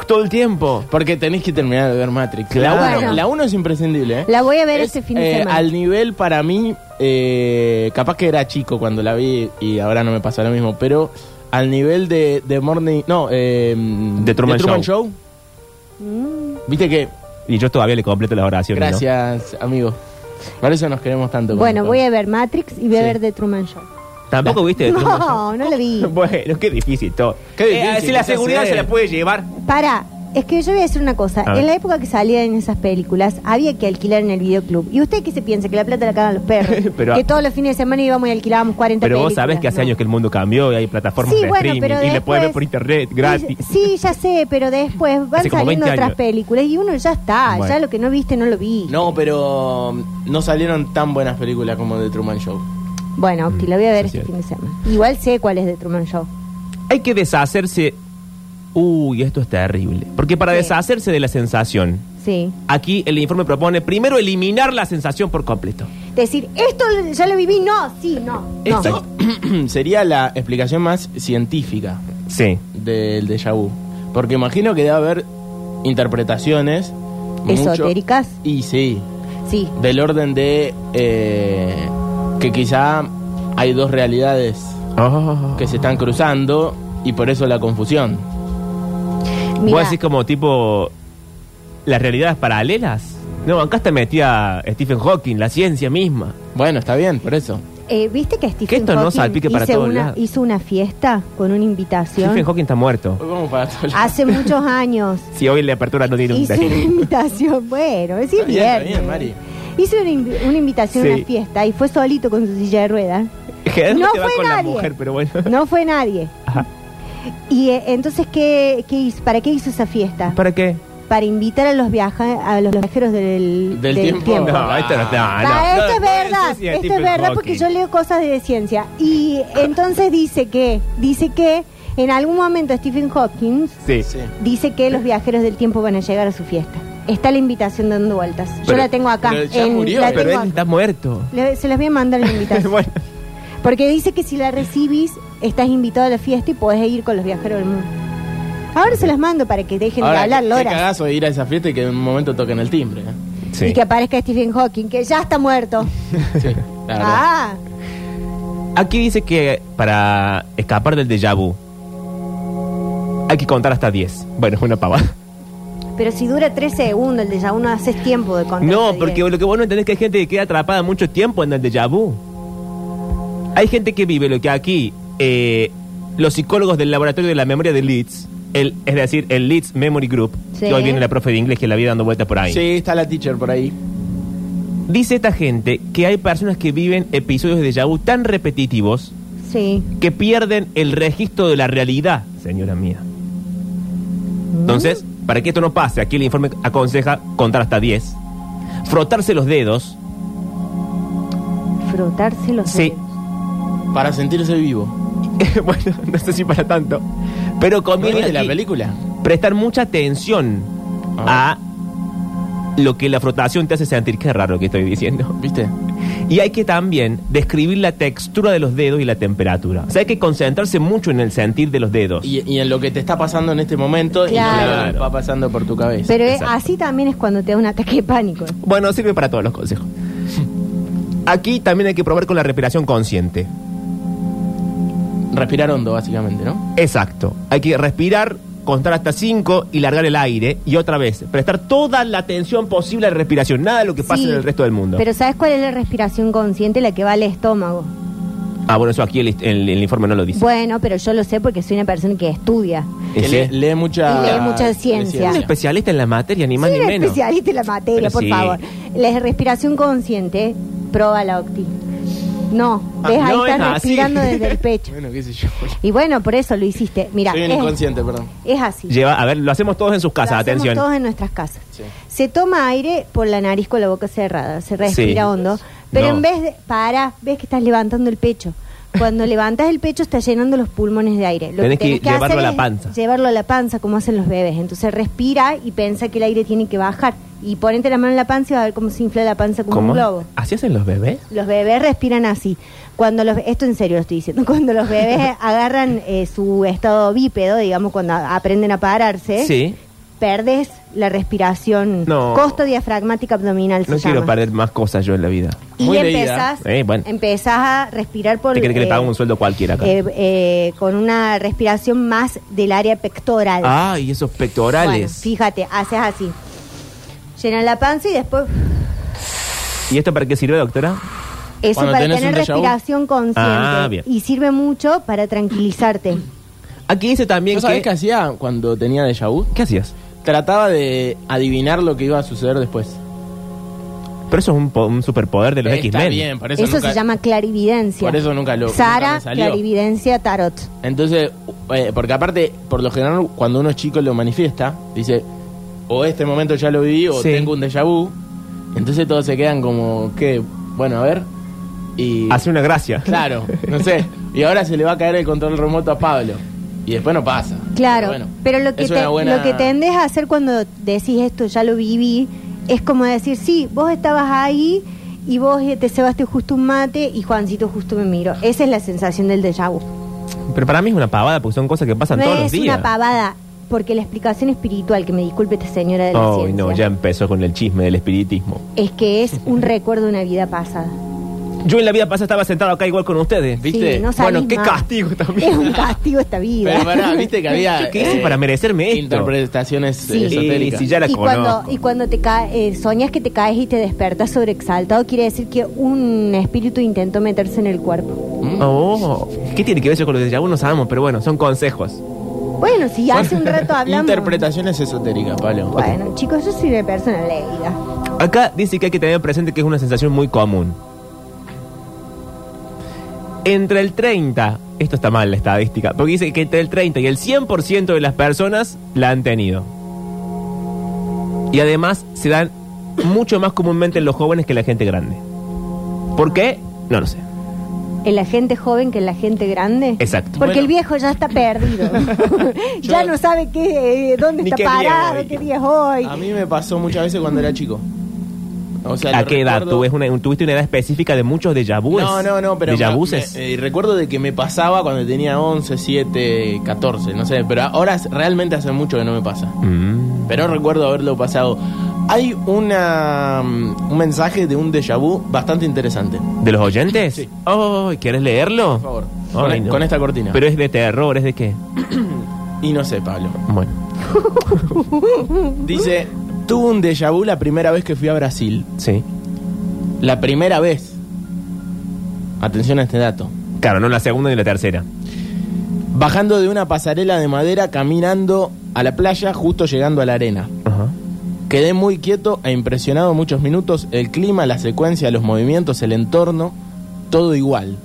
D: todo el tiempo.
A: Porque tenés que terminar de ver Matrix.
B: Claro.
A: La 1 la uno es imprescindible, ¿eh?
B: La voy a ver
A: Es,
B: este fin de
A: eh,
B: semana.
A: Al nivel para mí, eh, capaz que era chico cuando la vi y ahora no me pasa lo mismo, pero al nivel de, de Morning. No, eh,
D: De Truman
A: Show.
B: Mm.
A: Viste que.
D: Y yo todavía le completo las oraciones. ¿no?
A: Gracias, amigo. Por eso nos queremos tanto.
B: Bueno, voy
A: a
B: a ver Matrix y voy a
A: Sí.
B: ver The Truman Show.
D: Tampoco viste.
B: No, no la vi.
D: Bueno, qué difícil todo. Eh,
A: Qué difícil,
D: si la
A: qué
D: seguridad
A: hacer.
D: se la puede llevar.
B: Para, Es que yo voy a decir una cosa.
D: A ver.
B: En la época que salían esas películas, había que alquilar en el videoclub. ¿Y usted qué se piensa? ¿Que la plata la cagan los perros?
D: Pero-
B: que todos los fines de semana íbamos y alquilábamos 40
D: Pero vos
B: películas,
D: sabés que hace
B: ¿no?
D: años que el mundo cambió y hay plataformas
B: Sí,
D: de
B: bueno,
D: streaming
B: pero
D: y le puedes ver
B: después-
D: por internet gratis.
B: Sí, ya sé, pero después van
D: Hace como
B: saliendo
D: 20
B: otras
D: años.
B: películas y uno ya está.
D: Bueno.
B: Ya lo que no viste, no lo vi.
A: No, pero mm, no salieron tan buenas películas como The Truman Show.
B: Bueno, Octi, la voy a ver
D: sí,
B: este
D: sí.
B: fin de semana. Igual sé cuál es de Truman Show.
D: Hay que deshacerse. Uy, esto es terrible. Porque para
B: Sí.
D: deshacerse de la sensación,
B: Sí.
D: aquí el informe propone primero eliminar la sensación por completo.
B: Decir, esto ya lo viví, no, sí, no. no.
A: Esto sería la explicación más científica
D: Sí.
A: del déjà vu. Porque imagino que debe haber interpretaciones. mucho-
B: ¿Esotéricas?
A: y sí,
B: Sí.
A: del orden de eh, que quizá hay dos realidades
D: Oh.
A: que se están cruzando y por eso la confusión.
B: Mira,
D: Vos decís como tipo las realidades paralelas. No, acá está metida Stephen Hawking, la ciencia misma.
A: Bueno, está bien, por eso.
B: eh, ¿viste que Stephen
D: esto no
B: Hawking
D: salpique para
B: hizo
D: todos
B: una,
D: lados.
B: hizo una fiesta con una
D: Stephen
B: invitación
D: Hawking está muerto.
A: Hoy vamos para todos lados.
B: hace muchos años.
D: Si hoy la apertura no tiene un
B: Hizo una invitación, bueno, es
A: Está bien, está
B: viernes.
A: bien, Mari.
B: Hizo una, invi- una invitación a
D: Sí.
B: una fiesta y fue solito con su silla de ruedas.
D: Generalmente
B: No
D: va
B: fue
D: con la
B: nadie.
D: mujer, pero bueno.
B: No fue nadie.
D: Ajá.
B: Y eh, entonces, ¿qué, qué hizo? ¿para qué hizo esa fiesta?
D: ¿Para qué?
B: Para invitar a los, viaja a los viajeros del,
A: Del tiempo.
D: No, esto no está. no.
B: Ah, esto es
D: No, no,
B: verdad,
D: eso sí
B: esto
D: es
B: es
D: Stephen
B: verdad
D: Hawking.
B: porque yo leo cosas de ciencia. Y entonces dice que, dice que en algún momento Stephen Hawking
D: Sí.
A: Sí.
B: dice que los viajeros del tiempo van a llegar a su fiesta. Está la invitación dando vueltas. yo
D: Pero-
B: la tengo acá.
A: pero ya
B: en-
A: murió,
B: la
D: Pero
B: tengo
D: él
B: acá.
D: está muerto.
B: Le- se las voy a mandar la invitación.
D: bueno,
B: Porque dice que si la recibís, estás invitado a la fiesta y podés ir con los viajeros del mundo. Ahora se las mando para que dejen de
A: Ahora,
B: hablar,
A: qué- qué
B: Lora.
A: cagazo de ir a esa fiesta y que en un momento toquen el timbre. ¿eh?
D: sí.
B: Y que aparezca Stephen Hawking, que ya está muerto.
A: Sí, la verdad.
B: ah,
D: Aquí dice que para escapar del déjà vu hay que contar hasta 10. Bueno, es una pavada.
B: pero si dura tres segundos el de ya uno haces tiempo de contar.
D: No,
B: hasta
D: porque
B: diez.
D: lo que vos no entendés es que hay gente que queda atrapada mucho tiempo en el déjà vu. Hay gente que vive lo que aquí eh, los psicólogos del laboratorio de la memoria de Leeds, el, es decir, el Leeds Memory Group,
B: Sí.
D: que hoy viene la profe de inglés que la vi dando vueltas por ahí.
A: Sí, está la teacher por ahí.
D: Dice esta gente que hay personas que viven episodios de déjà vu tan repetitivos
B: Sí.
D: que pierden el registro de la realidad, señora mía. Entonces, para que esto no pase, aquí el informe aconseja contar hasta 10, frotarse los dedos,
B: Frotarse los
D: Sí.
B: dedos.
A: Para sentirse vivo.
D: eh, bueno, no sé si para tanto, pero
A: ¿No
D: conviene
A: viste la
D: aquí
A: película?
D: prestar mucha atención
A: Ah.
D: a lo que la frotación te hace sentir, qué raro que estoy diciendo.
A: ¿Viste?
D: Y hay que también describir la textura de los dedos y la temperatura. O sea, hay que concentrarse mucho en el sentir de los dedos.
A: Y, y en lo que te está pasando en este momento y en lo que
D: Claro.
A: va pasando por tu cabeza.
B: Pero eh,
D: Exacto.
B: así también es cuando te da un ataque de pánico.
D: Bueno, sirve para todos los consejos. Aquí también hay que probar con la respiración consciente.
A: Respirar hondo, básicamente, ¿no?
D: Exacto. Hay que respirar, contar hasta 5 y largar el aire. Y otra vez, prestar toda la atención posible a la respiración. Nada de lo que pasa
B: Sí,
D: en el resto del mundo.
B: Pero ¿sabes cuál es la respiración consciente? La que va al estómago.
D: Ah, bueno, eso aquí el, el- el informe no lo dice.
B: Bueno, pero yo lo sé porque soy una persona que estudia.
A: Que
D: Sí.
A: lee, lee mucha...
B: Y lee mucha ciencia.
D: Un especialista en la materia, ni más
B: Soy
D: ni
B: una
D: menos.
B: especialista en la materia,
D: Pero
B: por
D: sí.
B: favor. La respiración consciente, prueba la Octi. No,
D: Ah,
B: ves, ahí
D: no es
B: estás
D: así.
B: respirando desde el pecho.
A: Bueno, qué sé yo.
B: Y bueno, por eso lo hiciste. Mira,
A: Soy un
B: es,
A: inconsciente, perdón.
B: es así.
D: Lleva, a ver, lo hacemos todos en sus casas,
B: Lo hacemos
D: atención.
B: todos en nuestras casas.
A: Sí.
B: Se toma aire por la nariz con la boca cerrada, se respira
D: Sí.
B: hondo, pero
D: No.
B: en vez de para, ves que estás levantando el pecho. Cuando levantas el pecho estás llenando los pulmones de aire. Lo
D: Tenés que llevarlo
B: hacer
D: a la
B: es
D: panza.
B: Llevarlo a la panza como hacen los bebés. Entonces respira y piensa que el aire tiene que bajar y ponete la mano en la panza y va a ver cómo se infla la panza como
D: ¿Cómo?
B: un globo.
D: ¿Así hacen los bebés?
B: Los bebés respiran así. Cuando los, esto en serio lo estoy diciendo. Cuando los bebés agarran eh, su estado bípedo, digamos, cuando a- aprenden a pararse,
D: Sí.
B: perdes la respiración.
D: No.
B: Costo diafragmática abdominal se
D: No quiero
B: llama.
D: perder más cosas yo en la vida.
B: Y
A: Muy leída.
B: empezás,
D: Eh, bueno.
B: empezás a respirar por...
D: ¿Te crees que le
B: eh,
D: pagamos un sueldo cualquiera acá?
B: eh, eh, con una respiración más del área pectoral.
D: ah, y esos
B: Bueno,
D: pectorales.
B: fíjate, haces así. Llenas la panza y después...
D: ¿Y esto para qué sirve, doctora?
B: Eso
A: Cuando
B: para
A: tenés
B: tener
A: un déjà vu.
B: respiración consciente.
D: Ah, bien.
B: Y sirve mucho para tranquilizarte.
D: Aquí dice también
A: ¿Yo sabés
D: que...
A: qué hacía cuando tenía déjà vu?
D: ¿Qué hacías?
A: trataba de adivinar lo que iba a suceder después.
D: Pero eso es un, po- un superpoder de los
A: Está
D: X-Men.
A: bien, por eso,
B: Eso
A: nunca-
B: se llama clarividencia.
A: Por eso nunca lo- nunca
B: Sara,
A: me salió.
B: clarividencia, tarot.
A: Entonces, eh, porque aparte, por lo general, cuando uno es chico lo manifiesta, dice, o este momento ya lo viví, o
D: Sí.
A: tengo un déjà vu. Entonces todos se quedan como, que, bueno, a ver. Y.
D: Hace una gracia.
A: Claro, no sé. Y ahora se le va a caer el control remoto a Pablo. Y después no pasa.
B: Claro,
A: bueno,
B: pero lo que,
A: es una
B: te-
A: buena-
B: lo que tendés a hacer cuando decís esto, ya lo viví, es como decir, sí, vos estabas ahí y vos eh, te cebaste justo un mate y Juancito justo me miró. Esa es la sensación del déjà vu.
D: Pero para mí es una pavada porque son cosas que pasan
B: no
D: todos
B: es
D: los días.
B: una pavada, porque la explicación espiritual, que me disculpe esta señora de la
D: Ay,
B: ciencia,
D: no, ya empezó con el chisme del espiritismo.
B: es que es un recuerdo de una vida pasada.
D: Yo en la vida pasada estaba sentado acá igual con ustedes.
A: ¿Viste?
B: Sí, no salís
D: bueno, qué
B: más.
D: castigo también.
B: Es un castigo esta vida.
A: Pero pará, viste que había.
D: ¿Yo qué hice
A: eh,
D: para merecerme esto?
A: Interpretaciones eh,
B: Sí.
A: esotéricas.
D: Y si ya la
B: y cuando,
D: conozco.
B: y cuando te cae, eh, soñas que te caes y te despertas sobreexaltado, quiere decir que un espíritu intentó meterse en el cuerpo.
D: Oh, ¿Qué tiene que ver eso con los déjà vu? No sabemos, pero bueno, son consejos.
B: Bueno, si hace un rato hablamos.
A: Interpretaciones esotéricas, Pablo.
B: Bueno, chicos, yo soy una persona leída.
D: Acá dice que hay que tener presente que es una sensación muy común. Entre el 30, esto está mal la estadística, porque dice que entre el 30 y el 100% de las personas la han tenido. Y además se dan mucho más comúnmente en los jóvenes que en la gente grande. ¿Por qué? No lo sé.
B: En la gente joven que en la gente grande.
D: Exacto.
B: Porque
A: Bueno.
B: el viejo ya está perdido. ya
A: Yo-
B: no sabe qué, eh, dónde
D: Ni
B: está
D: qué día es
B: parado,
D: hoy.
B: qué día es hoy.
A: A mí me pasó muchas veces cuando era chico. O sea,
D: ¿A
A: lo
D: qué edad?
A: recuerdo-
D: ¿Tú ves una- ¿Tuviste una edad específica de muchos déjà vu?
A: No, no, no, pero.
D: Déjà
A: me-
D: vuses.
A: me- eh, recuerdo de que me pasaba cuando tenía 11, 7, 14, no sé. Pero ahora es- realmente hace mucho que no me pasa.
D: Mm.
A: Pero recuerdo haberlo pasado. Hay una, mm, un mensaje de un déjà vu bastante interesante.
D: ¿De los oyentes?
A: Sí.
D: Oh, ¿Quieres leerlo?
A: Por favor.
D: Ay,
A: con, e-
D: no.
A: con esta cortina.
D: Pero es de terror, ¿es de qué?
A: Y no sé, Pablo.
D: Bueno.
A: Dice: Tuve un déjà vu la primera vez que fui a Brasil.
D: Sí.
A: La primera vez. Atención a este dato.
D: Claro, no la segunda ni la tercera.
A: Bajando de una pasarela de madera, caminando a la playa, justo llegando a la arena.
D: Ajá.
A: Quedé muy quieto e impresionado muchos minutos. El clima, la secuencia, los movimientos, el entorno, todo igual.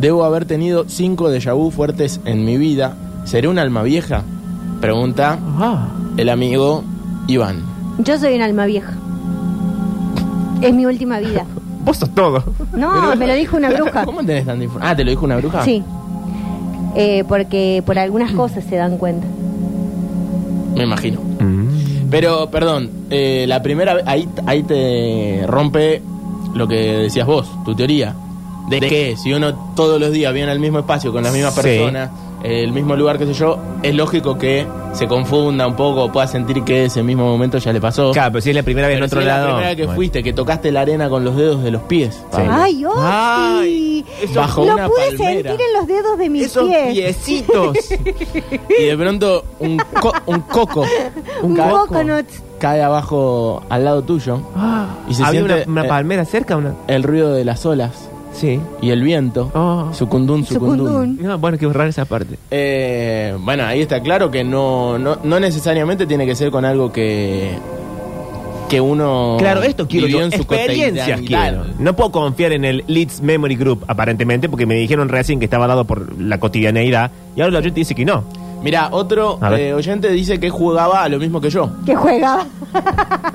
A: Debo haber tenido cinco déjà vu fuertes en mi vida. ¿Seré un alma vieja? Pregunta el amigo Iván.
B: Yo soy un alma vieja. Es mi última vida.
D: Vos sos todo.
B: No, me lo dijo una bruja.
A: ¿Cómo tenés tanta información? Ah, ¿te lo dijo una bruja?
B: Sí. Eh, porque por algunas cosas se dan cuenta.
A: Me imagino.
D: Mm.
A: Pero, perdón, eh, la primera vez, ahí, ahí te rompe lo que decías vos, tu teoría. De que si uno todos los días viene al mismo espacio con las mismas
D: Sí.
A: personas, el mismo lugar, qué sé yo, es lógico que se confunda un poco, pueda sentir que ese mismo momento ya le pasó.
D: Claro, pero si es la primera vez en
A: Pero
D: otro
A: si es
D: lado.
A: La primera vez que
D: Bueno.
A: fuiste, que tocaste la arena con los dedos de los pies. Ah, Pablo.
B: ¡Ay, Osti!
D: Ay, eso-
A: bajo
B: Lo
A: una
B: pude
A: palmera.
B: sentir en los dedos de mis
D: Esos
B: pies.
D: piecitos.
A: Y de pronto un, co- un coco.
B: Un
A: ca-
B: coconut.
A: Cae abajo al lado tuyo. Y se
D: Ah, Había
A: siente,
D: una, una
A: eh,
D: palmera cerca, una.
A: El ruido de las olas.
D: Sí.
A: y el viento.
D: Oh.
A: Sucundún, sucundún.
B: Sucundún.
D: No, bueno, hay que borrar esa parte.
A: Eh, bueno, ahí está claro que no, no, no necesariamente tiene que ser con algo que que uno
D: Claro, esto quiero
A: vivió
D: yo.
A: en su
D: Experiencias
A: cotidianidad.
D: quiero. No puedo confiar en el Leeds Memory Group, aparentemente, porque me dijeron recién que estaba dado por la cotidianeidad. Y ahora la gente dice que no.
A: Mirá, otro
D: A ver.
A: eh, oyente dice que jugaba a lo mismo que yo.
B: Que juega.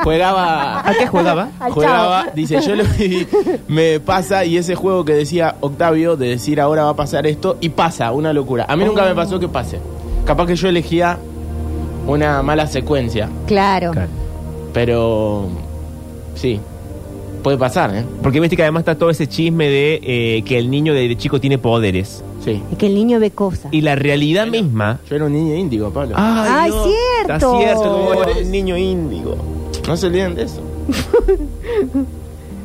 A: Jugaba...
D: ¿A qué jugaba?
B: Al
A: Jugaba,
B: chavo.
A: dice, yo lo viví, me pasa y ese juego que decía Octavio de decir ahora va a pasar esto y pasa, una locura. A mí nunca me pasó que pase. Capaz que yo elegía una mala secuencia.
B: Claro.
D: Claro.
A: Pero sí, puede pasar, ¿eh?
D: Porque viste que además está todo ese chisme de eh, que el niño de chico tiene poderes.
A: Sí.
B: Es que el niño ve cosas.
D: Y la realidad misma.
A: Yo era un niño índigo, Pablo.
D: Ah.
B: Ay, cierto.
D: Está cierto, como
A: Pobre
D: el niño índigo.
A: No se olviden de eso.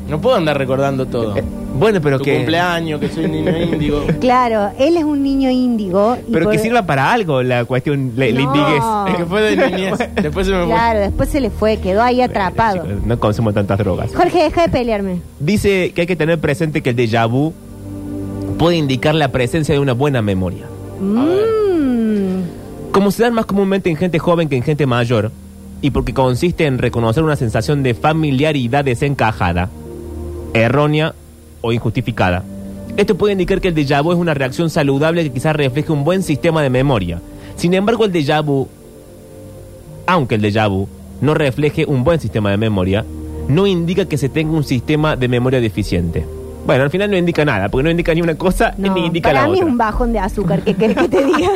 A: no puedo andar recordando todo.
D: Eh, Bueno, pero
A: tu
D: que.
A: cumpleaños, que soy un niño índigo.
B: Claro, él es un niño índigo. y
D: Pero
B: por-
D: que sirva para algo la cuestión, la, la
B: Pues- No.
D: indiguez.
B: Ah.
A: Es que fue de niñez. Después se me fue.
B: Claro, después se le fue, quedó ahí atrapado.
D: Chicos, no consumo tantas drogas.
B: Jorge, deja de pelearme.
D: Dice que hay que tener presente que el déjà vu puede indicar la presencia de una buena memoria.
B: Mm.
D: Como se dan más comúnmente en gente joven que en gente mayor, y porque consiste en reconocer una sensación de familiaridad desencajada, errónea o injustificada. Esto puede indicar que el déjà vu es una reacción saludable que quizás refleje un buen sistema de memoria. Sin embargo, el déjà vu, aunque el déjà vu no refleje un buen sistema de memoria, no indica que se tenga un sistema de memoria deficiente. Bueno, al final no indica nada, porque no indica ni una cosa
B: No,
D: ni indica
B: para
D: la
B: mí
D: otra.
B: es un bajón de azúcar, que querés que te diga?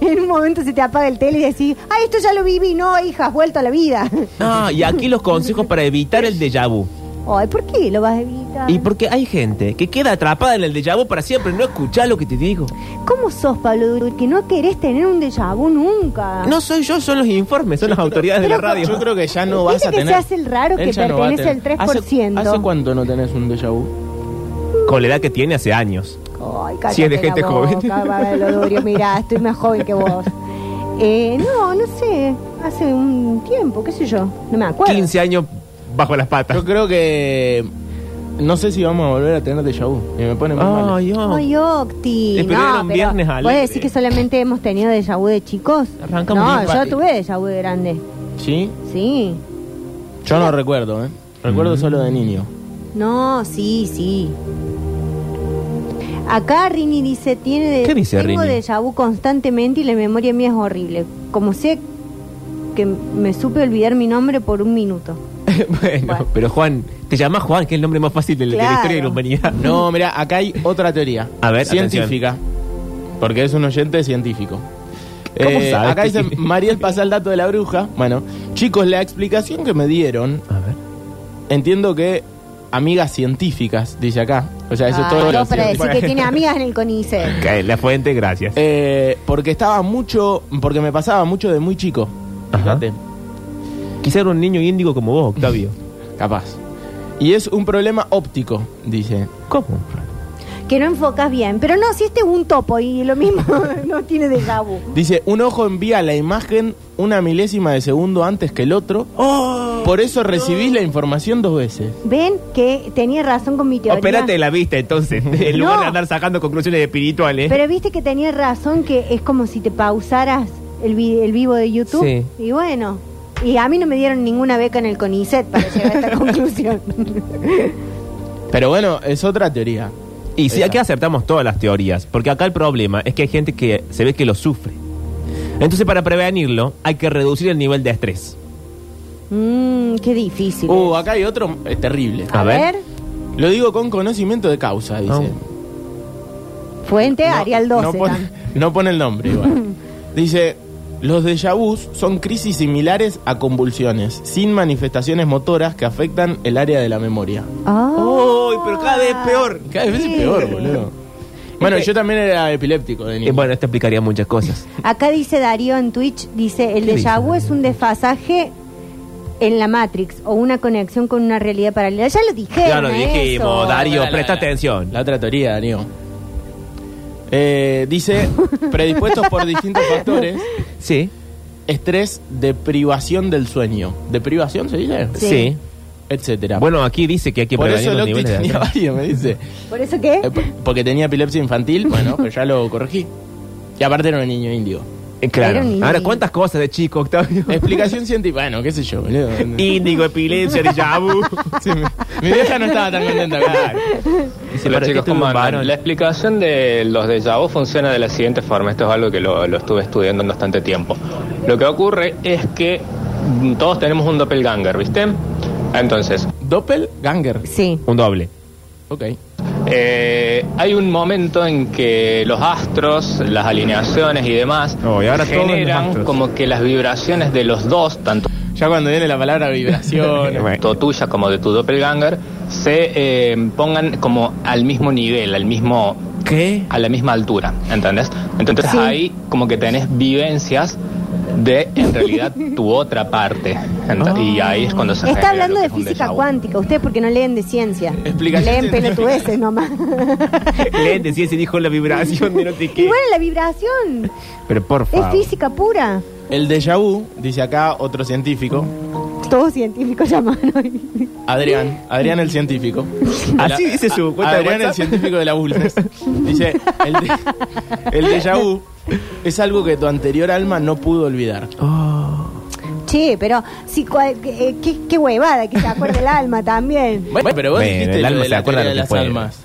B: en un momento se te apaga el tele y decís, ah, esto ya lo viví, no, hija, has vuelto a la vida.
D: Ah, y aquí los consejos para evitar el déjà vu.
B: Ay, ¿por qué lo vas a evitar?
D: Y porque hay gente que queda atrapada en el déjà vu para siempre, no escuchá lo que te digo.
B: ¿Cómo sos, Pablo Duro, que no querés tener un déjà vu nunca?
D: No soy yo, son los informes, son las autoridades de la
B: pero-
D: radio.
A: Yo creo que ya no vas
B: Viste
A: a
B: que
A: tener.
B: se hace el raro
A: Él
B: que
A: ya no va a
B: pertenece
A: tener.
B: al 3%.
A: ¿Hace, hace cuánto no tenés un déjà vu?
D: Con la edad que tiene hace años.
B: Ay, cállate
D: Si es de
B: la
D: gente
B: boca,
D: joven.
B: Pablo Durio, mirá, estoy más joven que vos. Eh, no, no sé, hace un tiempo, qué sé yo, no me acuerdo.
D: 15 años bajo las patas.
A: Yo creo que. No sé si vamos a volver a tener déjà vu. Y me pone muy mal.
D: Ay, oh.
B: Ay, Octi.
D: Eh, pero
B: no,
D: era un viernes
B: pero ¿Vos
D: alegre.
B: decís que solamente hemos tenido déjà vu de chicos?
D: Arrancamos
B: no,
D: bien
B: yo
D: rápido.
B: tuve déjà vu de grande.
A: ¿Sí?
B: Sí.
A: Yo no recuerdo, ¿eh?
D: Mm.
A: Recuerdo solo de niño.
B: No, sí, sí. Acá Rini dice, tiene de,
D: ¿Qué dice
B: tengo
D: Rini?
B: déjà vu constantemente y la memoria mía es horrible. Como sé que me supe olvidar mi nombre por un minuto.
D: bueno,
B: Bueno.
D: pero Juan, te llamas Juan, que es el nombre más fácil de la de la
B: Claro.
D: historia de la humanidad.
A: No, mira, acá hay otra teoría.
D: A ver,
A: científica. Porque es un oyente científico. Eh,
D: ¿Cómo sabes?
A: acá dice Mariel pasa el dato de la bruja. Bueno, chicos, la explicación que me dieron,
D: A ver.
A: entiendo que amigas científicas, dice acá. O sea, eso
B: Ah,
A: es todo.
B: yo para decir
D: Bueno.
B: que tiene amigas en el CONICET.
D: Ok, la fuente, gracias.
A: Eh, porque estaba mucho, porque me pasaba mucho de muy chico.
D: Ajá.
A: Fíjate,
D: Quizá era un niño índigo como vos, Octavio.
A: capaz. Y es un problema óptico, dice.
D: ¿Cómo?
B: Que no enfocas bien. Pero no, si este es un topo y lo mismo no tiene déjà vu.
A: Dice, un ojo envía la imagen una milésima de segundo antes que el otro. Por eso recibís la información dos veces.
B: Ven que tenía razón con mi teoría.
D: Opérate la vista entonces, en lugar
B: No.
D: de andar sacando conclusiones espirituales.
B: Pero viste que tenía razón que es como si te pausaras el, vi- el vivo de YouTube.
D: Sí.
B: Y bueno, y a mí no me dieron ninguna beca en el CONICET para llegar a esta conclusión.
A: Pero bueno, es otra teoría.
D: Y sí,
A: Esa.
D: aquí aceptamos todas las teorías, porque acá el problema es que hay gente que se ve que lo sufre. Entonces, para prevenirlo, hay que reducir el nivel de estrés.
B: Mmm, qué difícil.
A: Uh,
B: es.
A: acá hay otro eh, terrible.
B: a
D: a
B: ver,
D: ver.
A: Lo digo con conocimiento de causa, dice.
D: No.
B: fuente Arial 12.
A: No pone,
B: tam.
A: no pone el nombre igual. Dice, los déjà vus son crisis similares a convulsiones, sin manifestaciones motoras que afectan el área de la memoria.
B: Ah.
A: Oh.
D: Uy, pero cada vez peor.
A: Cada vez
B: Sí.
A: es peor, boludo. Bueno, yo también era epiléptico de
D: Eh,
A: niño.
D: bueno, esto explicaría muchas cosas.
B: Acá dice Darío en Twitch, dice, el
D: ¿Qué
B: déjà
D: dice?
B: vu es un desfasaje en la Matrix o una conexión con una realidad paralela. Ya lo dije.
D: Ya lo dijimos,
A: La,
D: Darío,
A: la, la,
D: presta
A: la.
D: atención.
A: La otra teoría, Darío. Eh, dice, predispuestos por distintos factores,
D: Sí,
A: estrés, deprivación del sueño. ¿Deprivación se dice?
B: Sí.
D: sí.
A: Etcétera.
D: Bueno, aquí dice que hay que
A: por eso
D: prevenir los
A: Locti
D: niveles de
A: tenía
D: estrés.
A: varios, me dice.
B: ¿Por eso qué?
A: Eh, p- porque tenía epilepsia infantil, bueno, pues ya lo corregí. Y aparte era un niño indio.
D: Eh, claro.
B: Era un
D: Ahora,
B: niño.
D: ¿cuántas cosas de chico, Octavio?
A: Explicación científica, bueno, qué sé yo, boludo.
D: Índigo, epilepsia, déjà vu.
A: Sí, mi, mi vieja no estaba tan contenta. claro.
D: Dice,
G: Hola
D: ¿para qué
G: chicos,
D: tuve un
G: ¿cómo
D: varón?
G: andan? La explicación de los déjà vu funciona de la siguiente forma. Esto es algo que lo, lo estuve estudiando en bastante tiempo. Lo que ocurre es que mm, todos tenemos un doppelganger, ¿viste? Entonces,
A: Doppelganger.
B: Sí.
D: Un doble.
A: Ok.
G: eh, hay un momento en que los astros, las alineaciones y demás
D: Oh, y ahora todo es los
G: generan
D: astros.
G: como que las vibraciones de los dos, tanto
A: Ya cuando viene la palabra vibración.
D: Bueno.
G: tanto tuya como de tu doppelganger, se eh, pongan como al mismo nivel, al mismo
D: ¿Qué?
G: a la misma altura, ¿entendés? Entonces
B: Sí.
G: ahí como que tenés vivencias de en realidad tu otra parte. Ent- Y ahí es cuando se
B: Está
G: genera
B: hablando
G: lo que
B: de
G: es un
B: física
G: déjà vu.
B: cuántica, ustedes porque no leen de ciencia.
A: Explicación
B: Leen
A: científica.
B: pelotudeces nomás.
D: Leen, decía, se dijo la vibración de no sé
B: y
D: qué.
B: bueno, la vibración
D: Pero por
B: es
D: favor.
B: física pura.
A: El déjà vu, dice acá otro científico,
B: Todos científicos llamaron. hoy.
A: Adrián, Adrián el científico.
D: Así dice su cuenta de
A: Adrián el
D: WhatsApp.
A: científico de la ULSES. Dice, el, de- el déjà vu es algo que tu anterior alma no pudo olvidar.
B: che, pero si, cua- eh, qué, qué huevada que se acuerde el alma también.
A: Bueno, pero vos
D: Bueno,
A: dijiste
D: el
A: lo
D: alma
A: de
D: se
A: la
D: acuerda
A: teoría
D: lo que
A: de las
D: puede.
A: almas.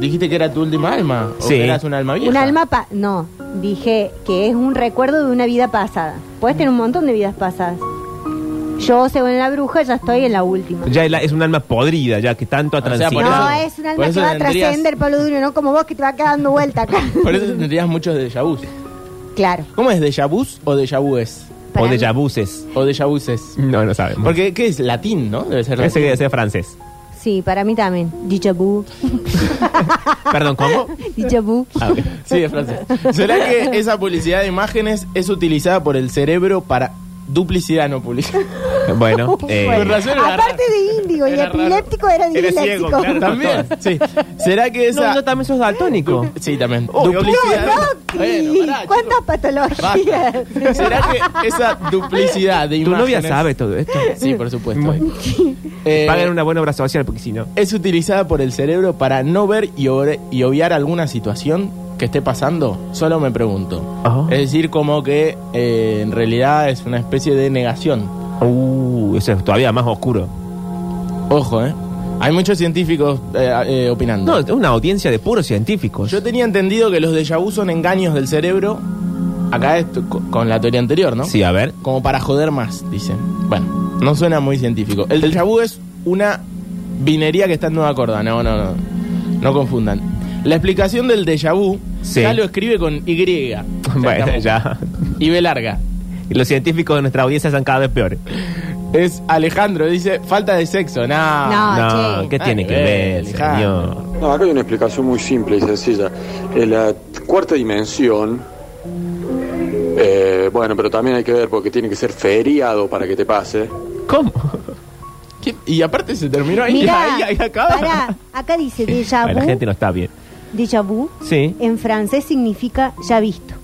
A: Dijiste que era tu última alma. O
D: Sí.
A: que eras un alma vieja.
B: Un alma pa no, dije que es un recuerdo de una vida pasada. Puedes tener un montón de vidas pasadas. Yo, según la bruja, ya estoy en la última.
D: Ya es la- es un alma podrida, ya que tanto ha
A: O sea,
D: transitado.
A: por
B: no,
A: eso-
B: es un alma
A: por eso
B: que va a
A: tendrías-
B: trascender, Pablo Durio, no como vos que te va a quedar dando vuelta acá.
A: Por eso tendrías muchos déjà vus.
B: claro.
A: ¿Cómo es déjà vus o déjà vues?
B: para
D: o
B: mí.
D: de yabuses.
A: O déjà vuses.
D: No, no sabemos. Porque
A: Porque, ¿qué es? Latín, ¿no? Debe ser
D: ese
A: latín.
D: debe ser francés.
B: Sí, para mí también. Déjà vu.
D: Perdón, ¿cómo?
B: Déjà vu.
A: Ah, ok. Sí, es francés. ¿Será que esa publicidad de imágenes es utilizada por el cerebro para duplicidad, no publicidad?
D: Bueno, eh,
A: Con razón era
B: Aparte
A: raro.
B: de índigo y
A: Era raro.
B: epiléptico, era
D: Era ciego,
B: disléxico.
D: claro.
A: También, sí. ¿Será que
D: no,
A: esa...
D: no, también sos daltónico.
A: Sí, también.
D: Oh,
A: duplicidad...
B: No, Cris,
A: Bueno, pará,
B: ¿Cuántas
A: chicos.
B: patologías?
A: Basta. ¿Será que esa duplicidad de
D: Tu novia
A: imágenes...
D: sabe todo esto.
A: Sí, por supuesto.
D: Bueno.
A: Eh,
D: Pagan una buena obra social porque si no.
A: Es utilizada por el cerebro para no ver y, obre- y obviar alguna situación que esté pasando. Solo me pregunto.
D: Ajá.
A: Es decir, como que eh, en realidad es una especie de negación.
D: Uh, eso es todavía más oscuro.
A: Ojo, ¿eh? Hay muchos científicos eh, eh, opinando.
D: No, es una audiencia de puros científicos.
A: Yo tenía entendido que los déjà vu son engaños del cerebro. Acá esto, co- con la teoría anterior, ¿no?
D: Sí, a ver.
A: Como para joder más, dicen. Bueno, no suena muy científico. El déjà vu es una vinería que está en Nueva Corda. No, no, no. No confundan. La explicación del déjà vu
D: Sí.
A: ya lo escribe con Y.
D: Bueno, ya.
A: Y B larga.
D: Los científicos de nuestra audiencia son cada vez peores.
A: Es Alejandro, dice, falta de sexo. No.
B: No. Ah,
D: no,
B: che.
D: ¿qué
A: Ah,
D: tiene
A: qué
D: que ver,
A: bien, Alejandro.
D: señor?
H: No, acá hay una explicación muy simple y sencilla. En la cuarta dimensión, eh, bueno, pero también hay que ver porque tiene que ser feriado para que te pase.
D: ¿Cómo?
A: ¿Qué? Y aparte se terminó ahí.
B: Mirá,
A: ahí, ahí acaba.
B: pará, acá dice déjà
D: Bueno, la gente
B: vu.
D: no está bien.
B: Déjà vu
D: Sí,
B: en francés significa ya visto.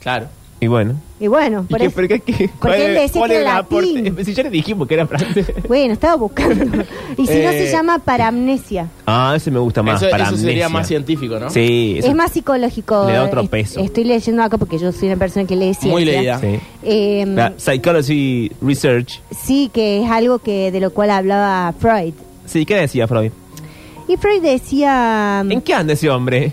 A: Claro.
D: y bueno.
B: Y bueno,
D: ¿Y
B: por
D: qué-
B: eso-
D: por qué- qué-
B: Porque él decía
D: cuál
B: que
D: era el
B: era
D: aporte?
B: latín.
D: Si ya le dijimos que era francés.
B: Bueno, estaba buscando. Y si no,
A: Eh,
B: se llama paramnesia.
D: Ah, ese me gusta más.
A: Eso,
D: para
A: eso sería
D: amnesia.
A: más científico, ¿no?
D: Sí, eso-
B: Es más psicológico.
D: Le da otro
B: Es-
D: peso.
B: Estoy leyendo acá porque yo soy una persona que lee ciencia.
A: Muy leída.
D: Sí.
B: Eh,
D: La psychology research.
B: sí, que es algo que de lo cual hablaba Freud.
D: Sí, ¿qué decía Freud?
B: Y Freud decía...
D: ¿En qué anda ese hombre?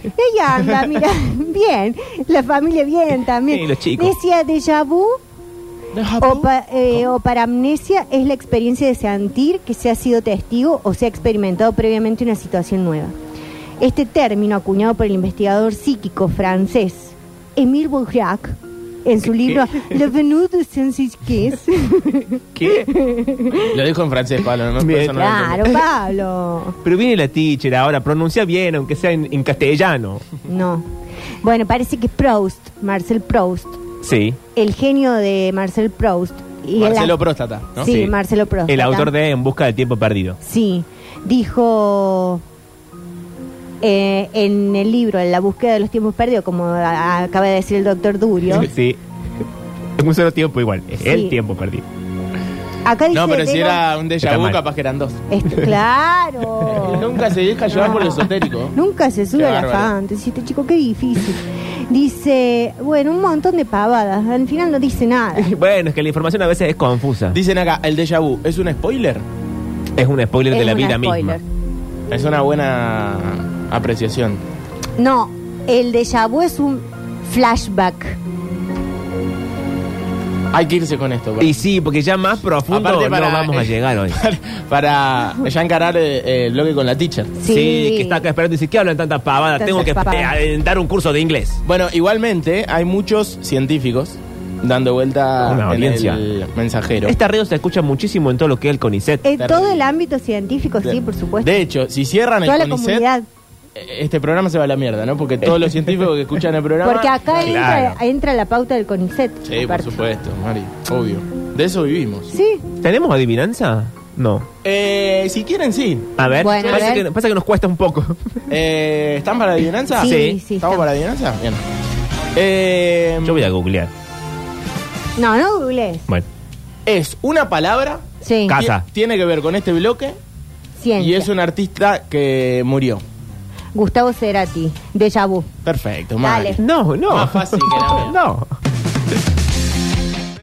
B: Ella anda, mira, bien. La familia bien también.
D: Sí, los chicos.
B: Decía déjà vu o, pa- eh, o paramnesia es la experiencia de sentir que se ha sido testigo o se ha experimentado previamente una situación nueva. Este término, acuñado por el investigador psíquico francés Émile Bourgac, en su libro Le Venu de Saint-Sisquez.
D: ¿Qué?
A: Lo dijo en francés, Pablo. No,
D: Bien.
A: Por eso no lo
B: claro, Pablo.
D: Pero viene la teacher ahora, pronuncia bien, aunque sea en, en castellano.
B: No. Bueno, parece que Proust, Marcel Proust,
D: Sí.
B: el genio de Marcel Proust. Y el-
A: Marcelo Próstata, ¿no?
B: Sí, Marcelo Prost.
D: El autor de En busca del tiempo perdido.
B: Sí, dijo eh, en el libro, en la búsqueda de los tiempos perdidos, como a- a- acaba de decir el doctor Durio.
D: Sí. Es un solo tiempo igual, es el
B: Sí.
D: tiempo perdido.
B: Acá dice.
A: No, pero si
B: de lo-
A: era un déjà
D: Está
A: vu,
D: mal.
A: capaz que eran dos.
B: Esto- claro.
A: Nunca se deja llevar por lo esotérico.
B: Nunca se sube
A: Qué
B: a la
A: bárbaro.
B: fantasy, este chico, qué difícil. Dice, bueno, un montón de pavadas. Al final no dice nada.
D: Bueno, es que la información a veces es confusa.
A: Dicen acá, el déjà vu, ¿es un spoiler?
D: Es un spoiler de
B: Es
D: la
B: un
D: vida
B: spoiler.
D: misma.
A: Es una buena apreciación.
B: No, el déjà vu es un flashback.
A: Hay que irse con esto.
D: Y sí, porque ya más profundo
A: Aparte para- eh.
D: no vamos a llegar hoy.
A: Para, para ya encarar eh, el bloque con la teacher.
D: Sí. que está acá esperando y dice, ¿qué hablan tantas pavadas?
B: Tantas
D: Tengo que
B: pavadas.
D: aventar un curso de inglés.
A: Bueno, igualmente hay muchos científicos dando vuelta
D: Una
A: en
D: audiencia.
A: el mensajero.
D: Esta radio se escucha muchísimo en todo lo que es el CONICET.
B: En todo el ámbito científico, sí, por supuesto.
A: De hecho, si cierran el
B: pues, Toda la
A: CONICET,
B: comunidad.
A: eh, este programa se va a la mierda, ¿no? Porque todos los científicos que escuchan el programa...
B: Porque acá
D: Claro.
B: entra, entra la pauta del CONICET.
A: Sí, por
B: aparte.
A: supuesto, Mari, obvio. De eso vivimos.
B: Sí,
D: ¿Tenemos adivinanza? No.
A: Eh, si quieren, sí.
D: A ver,
B: Bueno,
D: pasa,
B: a ver.
D: Que, pasa que nos cuesta un poco.
A: Eh, ¿Están para la adivinanza?
B: Sí, Sí.
A: ¿Estamos
B: sí, estamos.
A: para la adivinanza? Bien. Eh,
D: Yo voy a googlear.
B: no, no googlees.
D: Bueno,
A: Es una palabra.
B: Sí,
D: Ca-
A: ti-
D: Casa.
A: Tiene que ver con este bloque.
B: ciencia.
A: Y es un artista que murió.
B: Gustavo Cerati, Déjà Vu.
A: Perfecto,
B: Dale.
A: Mari.
D: no, no.
A: Más fácil que la mía.
D: No.